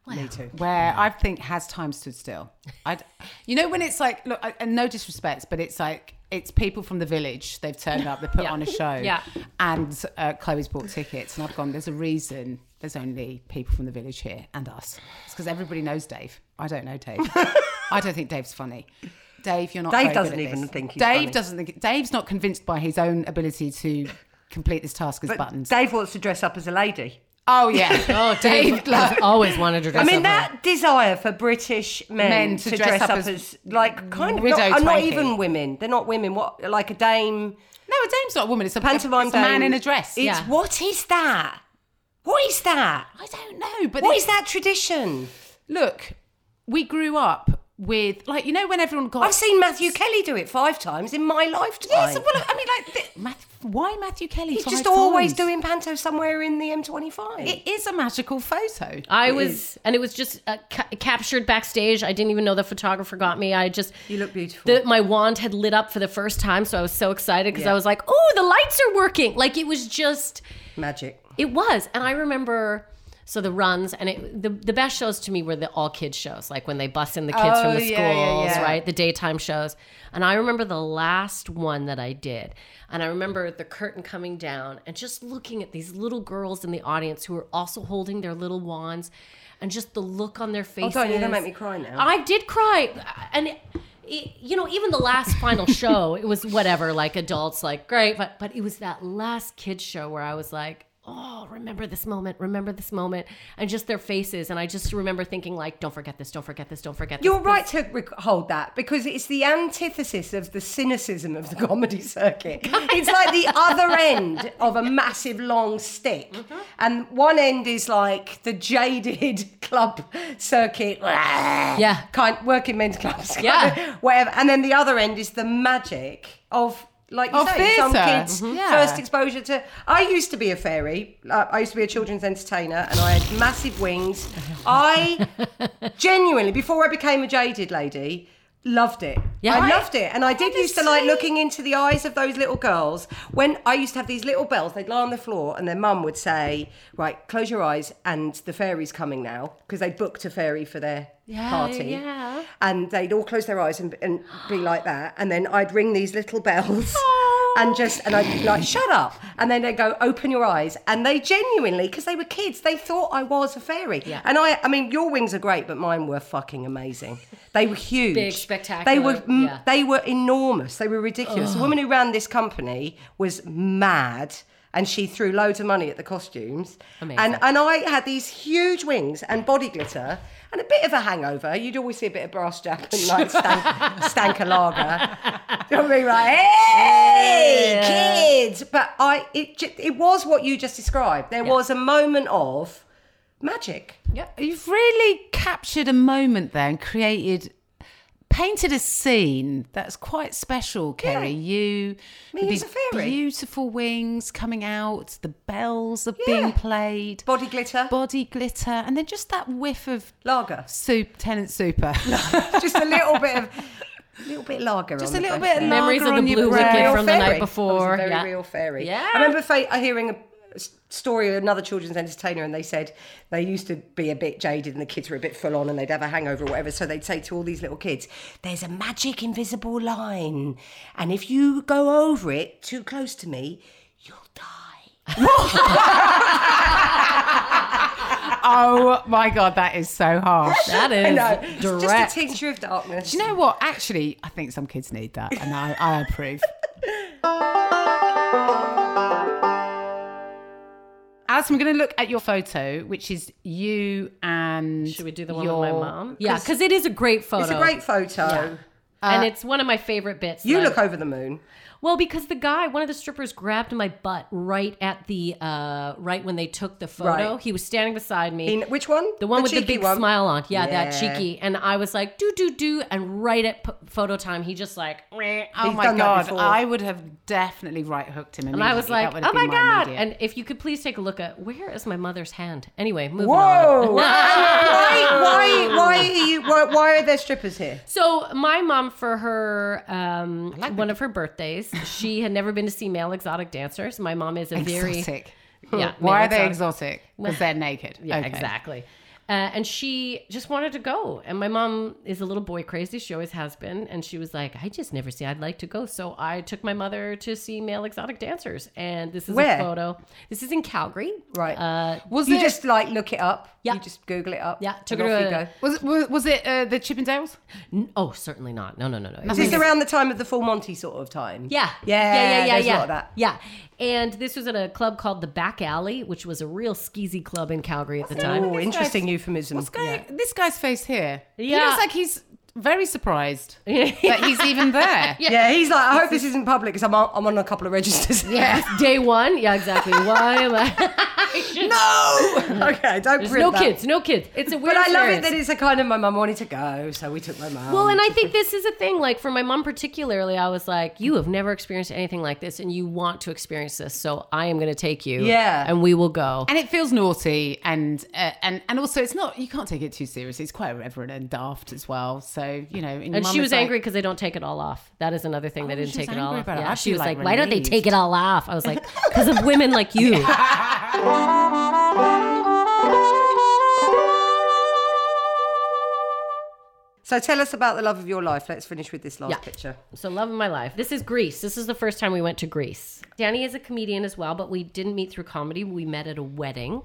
S5: Wow.
S2: Where I think has time stood still. I, you know, when it's like, look, I, and no disrespect, but it's like it's people from the village. They've turned up. They put on a show.
S5: Yeah.
S2: And uh, Chloe's bought tickets, and I've gone. There's a reason. There's only people from the village here and us. It's because everybody knows Dave. I don't know Dave. I don't think Dave's funny. Dave, you're not.
S3: Dave
S2: very good
S3: doesn't
S2: at
S3: even
S2: this.
S3: think he's
S2: Dave
S3: funny.
S2: doesn't think Dave's not convinced by his own ability to complete this task as
S3: But
S2: buttons.
S3: Dave wants to dress up as a lady.
S2: Oh yeah. oh Dave.
S5: I've always wanted to
S3: I
S5: dress
S3: mean,
S5: up like-
S3: that desire for British men,
S2: Men
S3: to, dress, up, as, like kind of
S2: widow
S3: not, are not
S2: twanky.
S3: even women. They're not women. What like a dame
S2: No, a dame's not a woman. It's a
S3: pantomime?
S2: It's a man in
S3: dame.
S2: a dress.
S3: It's
S5: Yeah.
S3: what is that? What is that?
S2: I don't know, but
S3: What
S2: it-
S3: is that tradition?
S2: Look, we grew up with like you know when everyone got.
S3: I've seen Matthew Kelly do it five times in my lifetime.
S2: Yes, well, I mean, like, th- Matthew, why Matthew Kelly?
S3: he's
S2: five
S3: just always
S2: times?
S3: doing panto somewhere in the M25.
S2: It is a magical photo.
S5: I was, and it was just uh, ca- captured backstage. I didn't even know the photographer got me. I just
S3: you look beautiful.
S5: the, my wand had lit up for the first time, so I was so excited because I was like, "Oh, the lights are working!" Like it was just,
S3: Magic.
S5: it was. And I remember So the runs and it, the the best shows to me were the all kids shows, like when they bus in the kids
S2: Oh,
S5: from the schools,
S2: yeah, yeah, yeah.
S5: right? The daytime shows. And I remember the last one that I did, and I remember the curtain coming down and just looking at these little girls in the audience who were also holding their little wands, and just the look on their
S3: Oh,
S5: faces.
S3: don't you're gonna make me cry now.
S5: I did cry, and it, it- you know, even the last final show, it was whatever. Like adults, like great, but but it was that last kids show where I was like, oh, remember this moment, remember this moment, and just their faces, and I just remember thinking like, don't forget this, don't forget this, don't forget this.
S3: You're right to rec- hold that because it's the antithesis of the cynicism of the comedy circuit. It's like the other end of a massive long stick, and one end is like the jaded club circuit, yeah, kind working men's clubs, kind
S5: Yeah.
S3: of, whatever. And then the other end is the magic of. Like you
S2: Of
S3: say, some
S2: theatre.
S3: kids'
S2: Mhm. Yeah.
S3: first exposure to. I used to be a fairy. Uh, I used to be a children's entertainer, and I had massive wings. I genuinely before i became a jaded lady loved it
S5: Yeah.
S3: i
S5: Right.
S3: loved it and i did used to like looking into the eyes of those little girls when i used to have these little bells they'd lie on the floor and their mum would say right close your eyes and the fairy's coming now because they booked a fairy for their party
S5: yeah.
S3: and they'd all close their eyes and, and be like that and then i'd ring these little bells and just and i'd be like shut up and then they'd go open your eyes and they genuinely because they were kids they thought i was a fairy yeah. and i i mean your wings are great but mine were fucking amazing they were huge
S5: Big, spectacular,
S3: they were mm,
S5: yeah.
S3: they were enormous they were ridiculous the woman who ran this company was mad and she threw loads of money at the costumes. And and I had these huge wings and body glitter and a bit of a hangover. You'd always see a bit of brass jack and like stank, stank a lager. Do you know what I mean? Like, hey, kids! But I, it, ju- it was what you just described. There was a moment of magic.
S2: You've really captured a moment there and created, painted a scene that's quite special, Kerry. You,
S3: Me
S2: with
S3: as
S2: these
S3: a fairy.
S2: beautiful wings coming out, the bells are being played,
S3: Body glitter,
S2: body glitter, and then just that whiff of
S3: lager,
S2: soup, tenant super.
S3: just a little bit of, little bit lager.
S2: just
S3: on
S2: a
S3: the
S2: little
S3: breakfast.
S2: bit of
S5: Memories
S2: lager
S5: of the
S2: on your
S5: Blue
S2: bread.
S5: Wicket
S3: real
S5: from the night
S3: fairy. I
S5: before.
S3: was a very
S5: Yeah.
S3: real fairy.
S5: Yeah.
S3: I remember fa- hearing a s- story of another children's entertainer, and they said they used to be a bit jaded, and the kids were a bit full on, and they'd have a hangover or whatever. So they'd say to all these little kids, "There's a magic invisible line, and if you go over it too close to me, you'll die."
S2: Oh my god, that is so harsh.
S5: That is
S3: No,
S5: direct.
S3: it's just a tincture of darkness.
S2: Do you know what? Actually, I think some kids need that, and I, I approve. Alice, I'm going to look at your photo, which is you and.
S5: Should we do the one
S2: your...
S5: with my mom? Yeah, because it is a great photo.
S3: it's a great photo.
S5: and it's one of my favorite bits.
S3: You
S5: that I-
S3: look over the moon.
S5: Well, because the guy, one of the strippers, grabbed my butt right at the uh, right when they took the photo.
S3: Right.
S5: He was standing beside me.
S3: In which one?
S5: the one with the
S3: cheeky
S5: big
S3: one.
S5: smile on, yeah, that
S3: Yeah.
S5: cheeky. And I was like, do do do, and right at p- photo time, he just like, "Meh."
S2: Oh
S3: He's
S2: my
S3: done that
S2: god,
S3: before.
S2: I would have definitely right hooked him.
S5: and I was
S2: immediately. That
S5: like,
S2: would have
S5: oh my
S2: been
S5: god!
S2: immediate-
S5: And if you could please take a look at where is my mother's hand? Anyway, moving on.
S3: Whoa! why, why, why, are you, why, why are there strippers here?
S5: So my mom, for her um, one of her birthdays, she had never been to see male exotic dancers. My mom is a very
S2: exotic.
S5: Yeah,
S2: Why
S5: male
S2: are they exotic? Because they're naked.
S5: Yeah,
S2: Okay.
S5: exactly. Uh, and she just wanted to go. And my mom is a little boy crazy. She always has been. And she was like, I just never see. I'd like to go. So I took my mother to see male exotic dancers. And this is
S3: Where?
S5: a photo. This is in Calgary.
S3: Right.
S5: Uh,
S2: Was
S3: you
S2: it?
S3: just like look it up.
S5: Yeah.
S3: You just Google it up.
S5: Yeah, took
S3: and
S5: her
S3: off
S5: to
S3: you
S5: a-
S3: go.
S2: was, was, was it uh, the Chippendales?
S5: n- oh, certainly not. No, no, no, no. It
S3: Is
S5: was-
S3: this around the time of the full Monty sort of time?
S5: Yeah.
S3: Yeah.
S5: Yeah. Yeah. Yeah.
S3: there's
S5: yeah.
S3: A lot of that.
S5: Yeah. And this was at a club called the Back Alley, which was a real skeezy club in Calgary at the time.
S3: Oh, interesting euphemism.
S2: This guy, this guy's face here. He
S5: Yeah.
S2: looks like he's very surprised that he's even there.
S3: Yeah. yeah, he's like, I hope this isn't public because I'm on, I'm on a couple of registers. Yeah.
S5: Day one. Yeah, exactly. Why am I?
S3: okay, don't
S5: There's
S3: print
S5: no
S3: that.
S5: kids. No kids. It's a weird
S3: But I love
S5: series.
S3: it that it's a kind of my mum wanted to go, so we took my mum.
S5: Well, and I think this is a thing. Like for my mom particularly, I was like, "You have never experienced anything like this, and you want to experience this, so I am going to take you.
S3: Yeah.
S5: and we will go.
S2: And it feels naughty, and uh, and and also it's not. You can't take it too seriously. It's quite irreverent and daft as well. So you know, your mum
S5: And she
S2: is
S5: was
S2: like- Oh,
S5: angry because they don't take it all off. That is another thing they didn't
S2: she was
S5: take it all
S2: angry
S5: off.
S2: about it.
S5: Yeah,
S2: I'd
S5: she
S2: be,
S5: was like,
S2: like,
S5: "Why don't they
S2: relieved."
S5: take it all off?" I was like, "Because of women like you."
S3: So tell us about the love of your life. Let's finish with this last picture.
S5: So, love of my life. This is Greece. This is the first time we went to Greece. Danny is a comedian as well, but we didn't meet through comedy. We met at a wedding.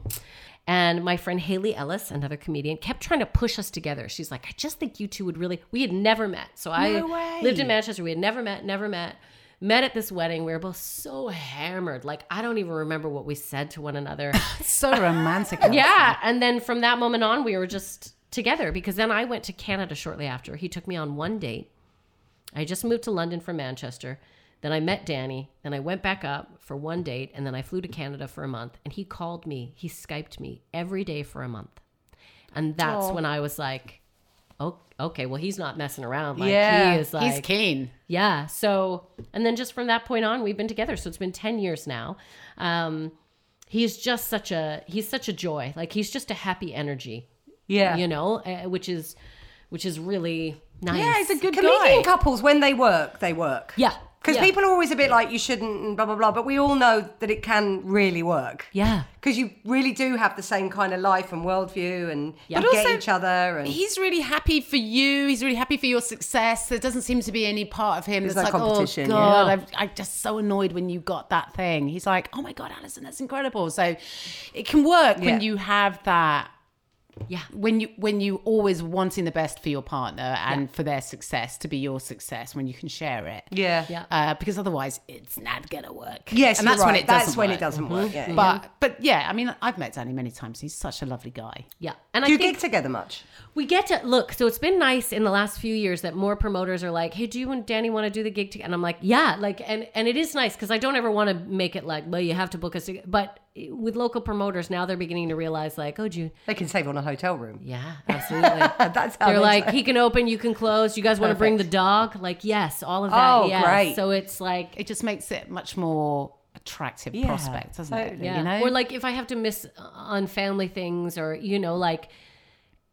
S5: And my friend Haley Ellis, another comedian, kept trying to push us together. She's like, I just think you two would really. We had never met. So, I lived in Manchester. We had never met, never met. Met at this wedding. We were both so hammered. Like, I don't even remember what we said to one another.
S2: So romantic.
S5: Yeah, and then from that moment on, we were just together because then I went to Canada shortly after. He took me on one date. I just moved to London from Manchester. Then I met Danny. Then I went back up for one date, and then I flew to Canada for a month. And he called me. He skyped me every day for a month, and that's when I was like, "Oh, okay. Well, he's not messing around. Like
S2: yeah.
S5: he is like
S2: he's keen.
S5: yeah. So, and then just from that point on, we've been together. So it's been 10 years now. Um, he's just such a, he's such a joy. Like he's just a happy energy,
S2: Yeah.
S5: you know, uh, which is, which is really nice.
S2: Yeah, he's a good guy.
S3: Comedian couples, when they work, they work.
S5: Yeah.
S3: Because
S5: Yeah.
S3: people are always a bit like, you shouldn't, and blah, blah, blah. But we all know that it can really work.
S5: Yeah.
S3: Because you really do have the same kind of life and worldview and
S5: Yeah.
S3: you
S5: But
S3: get
S2: also-
S3: each other. And
S2: He's really happy for you. He's really happy for your success. There doesn't seem to be any part of him
S3: There's
S2: that's like,
S3: no competition,
S2: oh god,
S5: yeah.
S2: I'm, I'm just so annoyed when you got that thing. He's like, oh my god, Alison, that's incredible. So it can work
S3: Yeah.
S2: when you have that.
S5: Yeah.
S2: When you when you always wanting the best for your partner and for their success to be your success when you can share it.
S3: yeah.
S5: Yeah.
S2: Uh, because otherwise, it's not gonna work.
S3: Yes,
S2: and
S3: you're
S2: that's when
S3: right.
S2: it doesn't Mm-hmm.
S3: That's when it doesn't work. Yeah.
S2: But but yeah, I mean, I've met Danny many times. He's such a lovely guy.
S5: Yeah. And
S3: do
S5: I
S3: you
S5: think
S3: gig together much?
S5: we get to look. So it's been nice in the last few years that more promoters are like, "Hey, do you and Danny want to do the gig?" together?" And I'm like, "Yeah." Like, and and it is nice because I don't ever want to make it like, "Well, you have to book us." to-" But eh, with local promoters now, they're beginning to realize like, "Oh, do you?"
S3: They can save on a hotel room.
S5: Yeah, absolutely.
S3: That's how
S5: They're
S3: they
S5: like, he can open, you can close. You guys want to bring the dog? Like, yes, all of that.
S3: Oh,
S5: yes.
S3: great.
S5: So it's like,
S2: it just makes it much more attractive prospect, doesn't it?
S5: yeah.
S2: You know,
S5: Or like, if I have to miss on family things, or you know, like,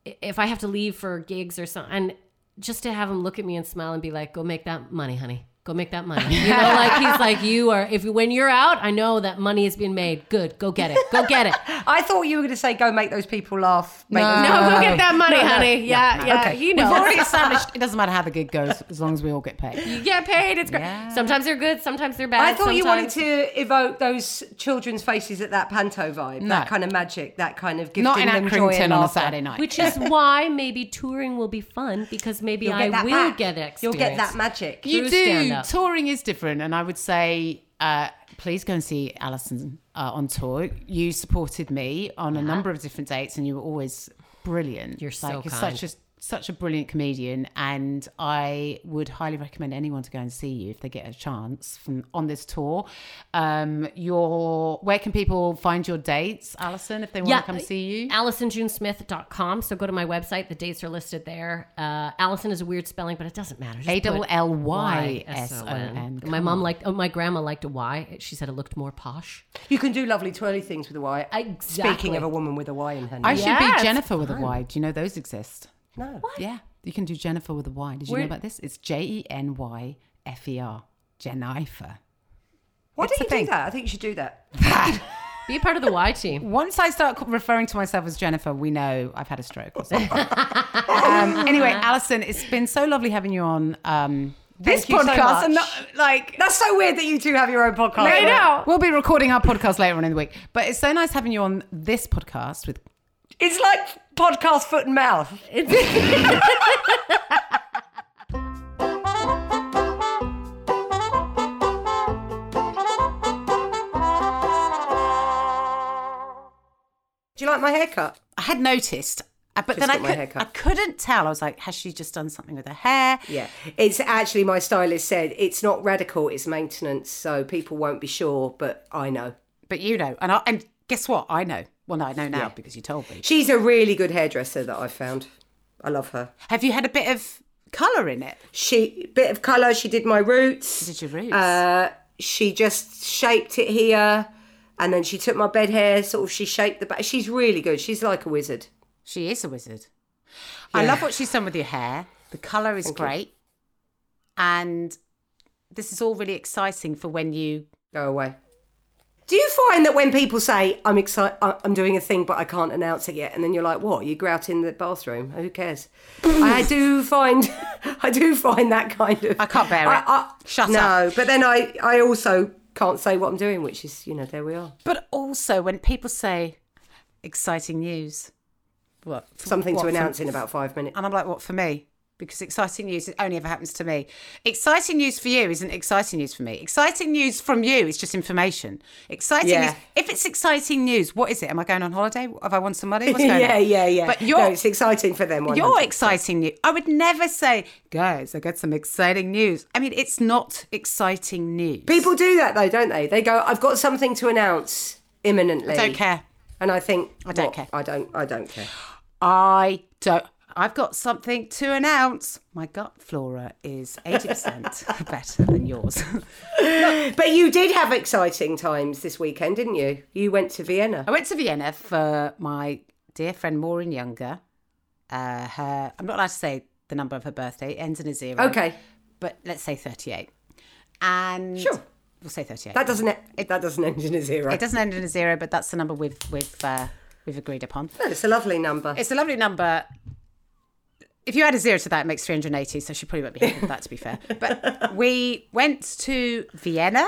S5: i- if I have to leave for gigs or something, and just to have him look at me and smile and be like, "Go make that money, honey." Go make that money. You know, like he's like, you are, if when you're out, I know that money is being made. Good. Go get it. Go get it.
S3: I thought you were going to say, go make those people laugh. Make them
S5: No, go get that money,
S3: No, no.
S5: honey. Yeah. Yeah.
S3: Okay.
S5: You know.
S2: we've already established it doesn't matter how the gig goes as long as we all get paid.
S5: You get paid. It's great. Sometimes they're good. Sometimes they're bad.
S3: I thought you wanted
S5: sometimes-
S3: to evoke those children's faces at that panto vibe,
S2: No.
S3: that kind of magic, that kind of gifting
S2: Not in
S3: them joy
S2: Accrington
S3: and
S2: on a
S3: laughter.
S2: Saturday night.
S5: Which is why maybe touring will be fun because maybe
S3: You'll
S5: I
S3: get that
S5: will
S3: back.
S5: get experience.
S3: You'll get that magic.
S2: you
S5: true
S2: do.
S5: stand-up.
S2: Touring is different, and I would say. Uh, Please go and see Alison uh, on tour. You supported me on a number of different dates, and you were always brilliant.
S5: You're so
S2: like, you're
S5: kind.
S2: such a such a brilliant comedian, and I would highly recommend anyone to go and see you if they get a chance from, on this tour. Um, your where can people find your dates, Alison, if they want to come see you?
S5: AlisonJunesmith.com. So go to my website. The dates are listed there. Uh, Allison is a weird spelling, but it doesn't matter. Just
S2: A
S5: put
S2: double L Y S O N.
S5: Y-S-O-N. My mom liked, oh, my grandma liked a Y. She said it looked more posh.
S3: You can do lovely twirly things with a Y.
S5: Exactly.
S3: Speaking of a woman with a Y in her
S2: I
S3: name.
S2: should
S5: Yeah, it's
S2: be Jennifer with a Y. Do you know those exist?
S3: No.
S2: Yeah, you can do Jennifer with a Y. Did you know about this? It's J E N Y F E R. Jennifer.
S3: Why
S2: It's
S3: don't
S2: a
S3: you do
S2: thing.
S3: that? I think you should do that.
S5: Be a part of the Y team.
S2: Once I start referring to myself as Jennifer, we know I've had a stroke or something. um, anyway, Alison, it's been so lovely having you on um, this
S3: you so
S2: podcast. and
S3: much.
S2: not- like,
S3: That's so weird that you two have your own podcast.
S2: I know. We'll be recording our podcast later on in the week. But it's so nice having you on this podcast with
S3: It's like podcast foot and mouth. do you like my haircut?
S2: I had noticed, uh, but then I,
S3: got my hair
S2: could,
S3: cut.
S2: I couldn't tell. I was like, has she just done something with her hair?
S3: Yeah, it's actually my stylist said it's not radical, it's maintenance, so people won't be sure, but I know.
S2: But you know, and I, and guess what? I know. Well, no, I know now because you told me.
S3: She's a really good hairdresser that I found. I love her.
S2: Have you had a bit of colour in it?
S3: She bit of colour. She did my roots.
S2: Did your roots?
S3: Uh, she just shaped it here, and then she took my bed hair. Sort of, she shaped the back. She's really good. She's like a wizard.
S2: she is a wizard. I love what she's done with your hair. The colour is great, and this is all really exciting for when you
S3: Go away. Do you find that when people say, I'm excited, I'm doing a thing, but I can't announce it yet, and then you're like, what? You grout in the bathroom. Oh, Who cares? I do find, I do find that kind of. I
S2: can't bear it. Shut
S3: no,
S2: up.
S3: No, but then I, I also can't say what I'm doing, which is, you know, there we are.
S2: But also, when people say exciting news, what? for-
S3: Something
S2: what for-
S3: to announce in about five minutes.
S2: And I'm like, what for me? Because exciting news only ever happens to me. Exciting news for you isn't exciting news for me. Exciting news from you is just information. Exciting
S3: Yeah.
S2: news. If it's exciting news, what is it? Am I going on holiday? Have I won some money? What's going
S3: yeah,
S2: on?
S3: yeah, yeah.
S2: But
S3: no,
S2: you're
S3: it's exciting for them. 100%.
S2: you're exciting news. I would never say, guys, I got some exciting news. I mean, it's not exciting news.
S3: People do that though, don't they? They go, I've got something to announce imminently.
S2: I don't care.
S3: And I think I
S2: don't care.
S3: I don't I don't care.
S2: I don't. I've got something to announce. My gut flora is 80% better than yours.
S3: But you did have exciting times this weekend, didn't you? You went to Vienna.
S2: I went to Vienna for my dear friend Maureen Younger. Uh, her, I'm not allowed to say the number of her birthday. It ends in a zero.
S3: Okay.
S2: But let's say 38. And
S3: Sure.
S2: we'll say 38.
S3: That doesn't it that doesn't end in a zero.
S2: It doesn't end in a zero, but that's the number we've we've uh, we've agreed upon.
S3: No, it's a lovely number.
S2: It's a lovely number. If you add a zero to that, it makes 380, so she probably won't be happy with that, to be fair. But we went to Vienna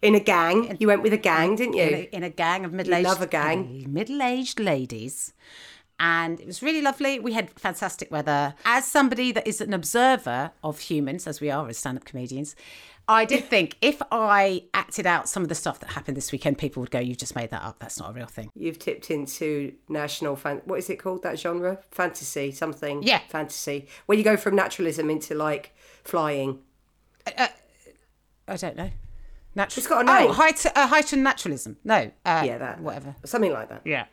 S3: in a gang. You went with a gang, didn't you?
S2: in a, in a gang of middle-aged
S3: love a gang.
S2: middle-aged ladies and it was really lovely we had fantastic weather as somebody that is an observer of humans as we are as stand-up comedians i did think if i acted out some of the stuff that happened this weekend people would go you've just made that up that's not a real thing
S3: You've tipped into national fan what is it called, that genre? Fantasy, something.
S2: Yeah.
S3: Fantasy. Where you go from naturalism into like flying.
S2: i don't know natural
S3: It's got a name.
S2: oh height, uh, heightened naturalism no uh,
S3: Yeah, that
S2: whatever
S3: Something like that.
S2: yeah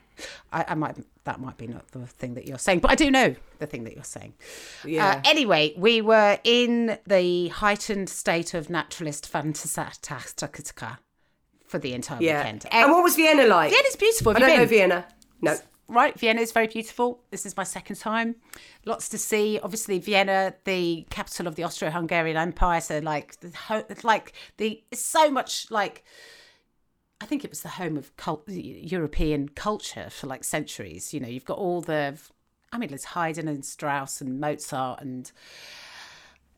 S2: I, I might that might be not the thing that you're saying but i do know the thing that you're saying Uh,
S3: Yeah.
S2: anyway, we were in the heightened state of naturalist fantastica for the entire
S3: yeah.
S2: weekend.
S3: And what was Vienna like?
S2: Vienna's beautiful.
S3: I
S2: Have you
S3: don't know
S2: been?
S3: Vienna. No.
S2: Right, Vienna is very beautiful. This is my second time. Lots to see. Obviously, Vienna, the capital of the Austro-Hungarian Empire, so like, the ho- it's like the it's so much like. I think it was the home of cult- European culture for like centuries. You know, you've got all the, I mean, there's Haydn and Strauss and Mozart and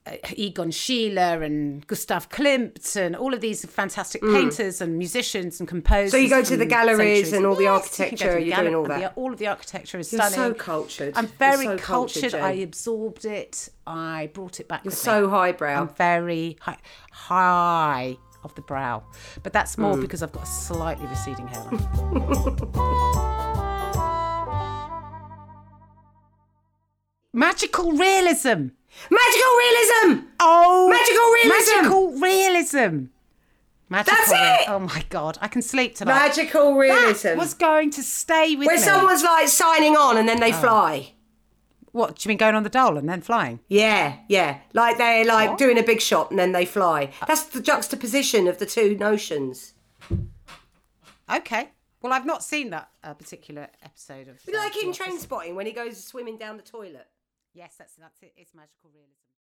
S2: uh, Egon Schiele and Gustav Klimt and all of these fantastic painters and musicians and composers.
S3: Mm. So you go to
S2: from
S3: the galleries
S2: centuries.
S3: and all the
S2: Yes, you can go to
S3: architecture,
S2: the
S3: you're doing
S2: galle-
S3: all
S2: and
S3: that.
S2: The, all of the architecture is
S3: You're
S2: stunning.
S3: so cultured.
S2: I'm
S3: You're
S2: very
S3: so
S2: cultured.
S3: cultured,
S2: I
S3: Jane.
S2: absorbed it. I brought it back.
S3: You're
S2: with me.
S3: so highbrow.
S2: I'm very high, high of the brow, but that's more
S3: Mm.
S2: because I've got a slightly receding hairline. Magical realism.
S3: Magical realism!
S2: Oh,
S3: Magical realism!
S2: Magical realism. Magical
S3: That's
S2: real-
S3: it!
S2: Oh my god, I can sleep tonight.
S3: Magical realism.
S2: That was going to stay with
S3: Where
S2: me.
S3: someone's like signing on and then
S2: Oh.
S3: they fly.
S2: What do you mean going on the dole and then flying?
S3: Yeah, yeah. Like they're like doing a big shot and then they fly. That's the juxtaposition of the two notions.
S2: Okay. Well, I've not seen that uh, particular episode of. uh,
S3: Like
S2: The
S3: in
S2: Office.
S3: train spotting when he goes swimming down the toilet.
S2: Yes, that's that's it. It's magical realism.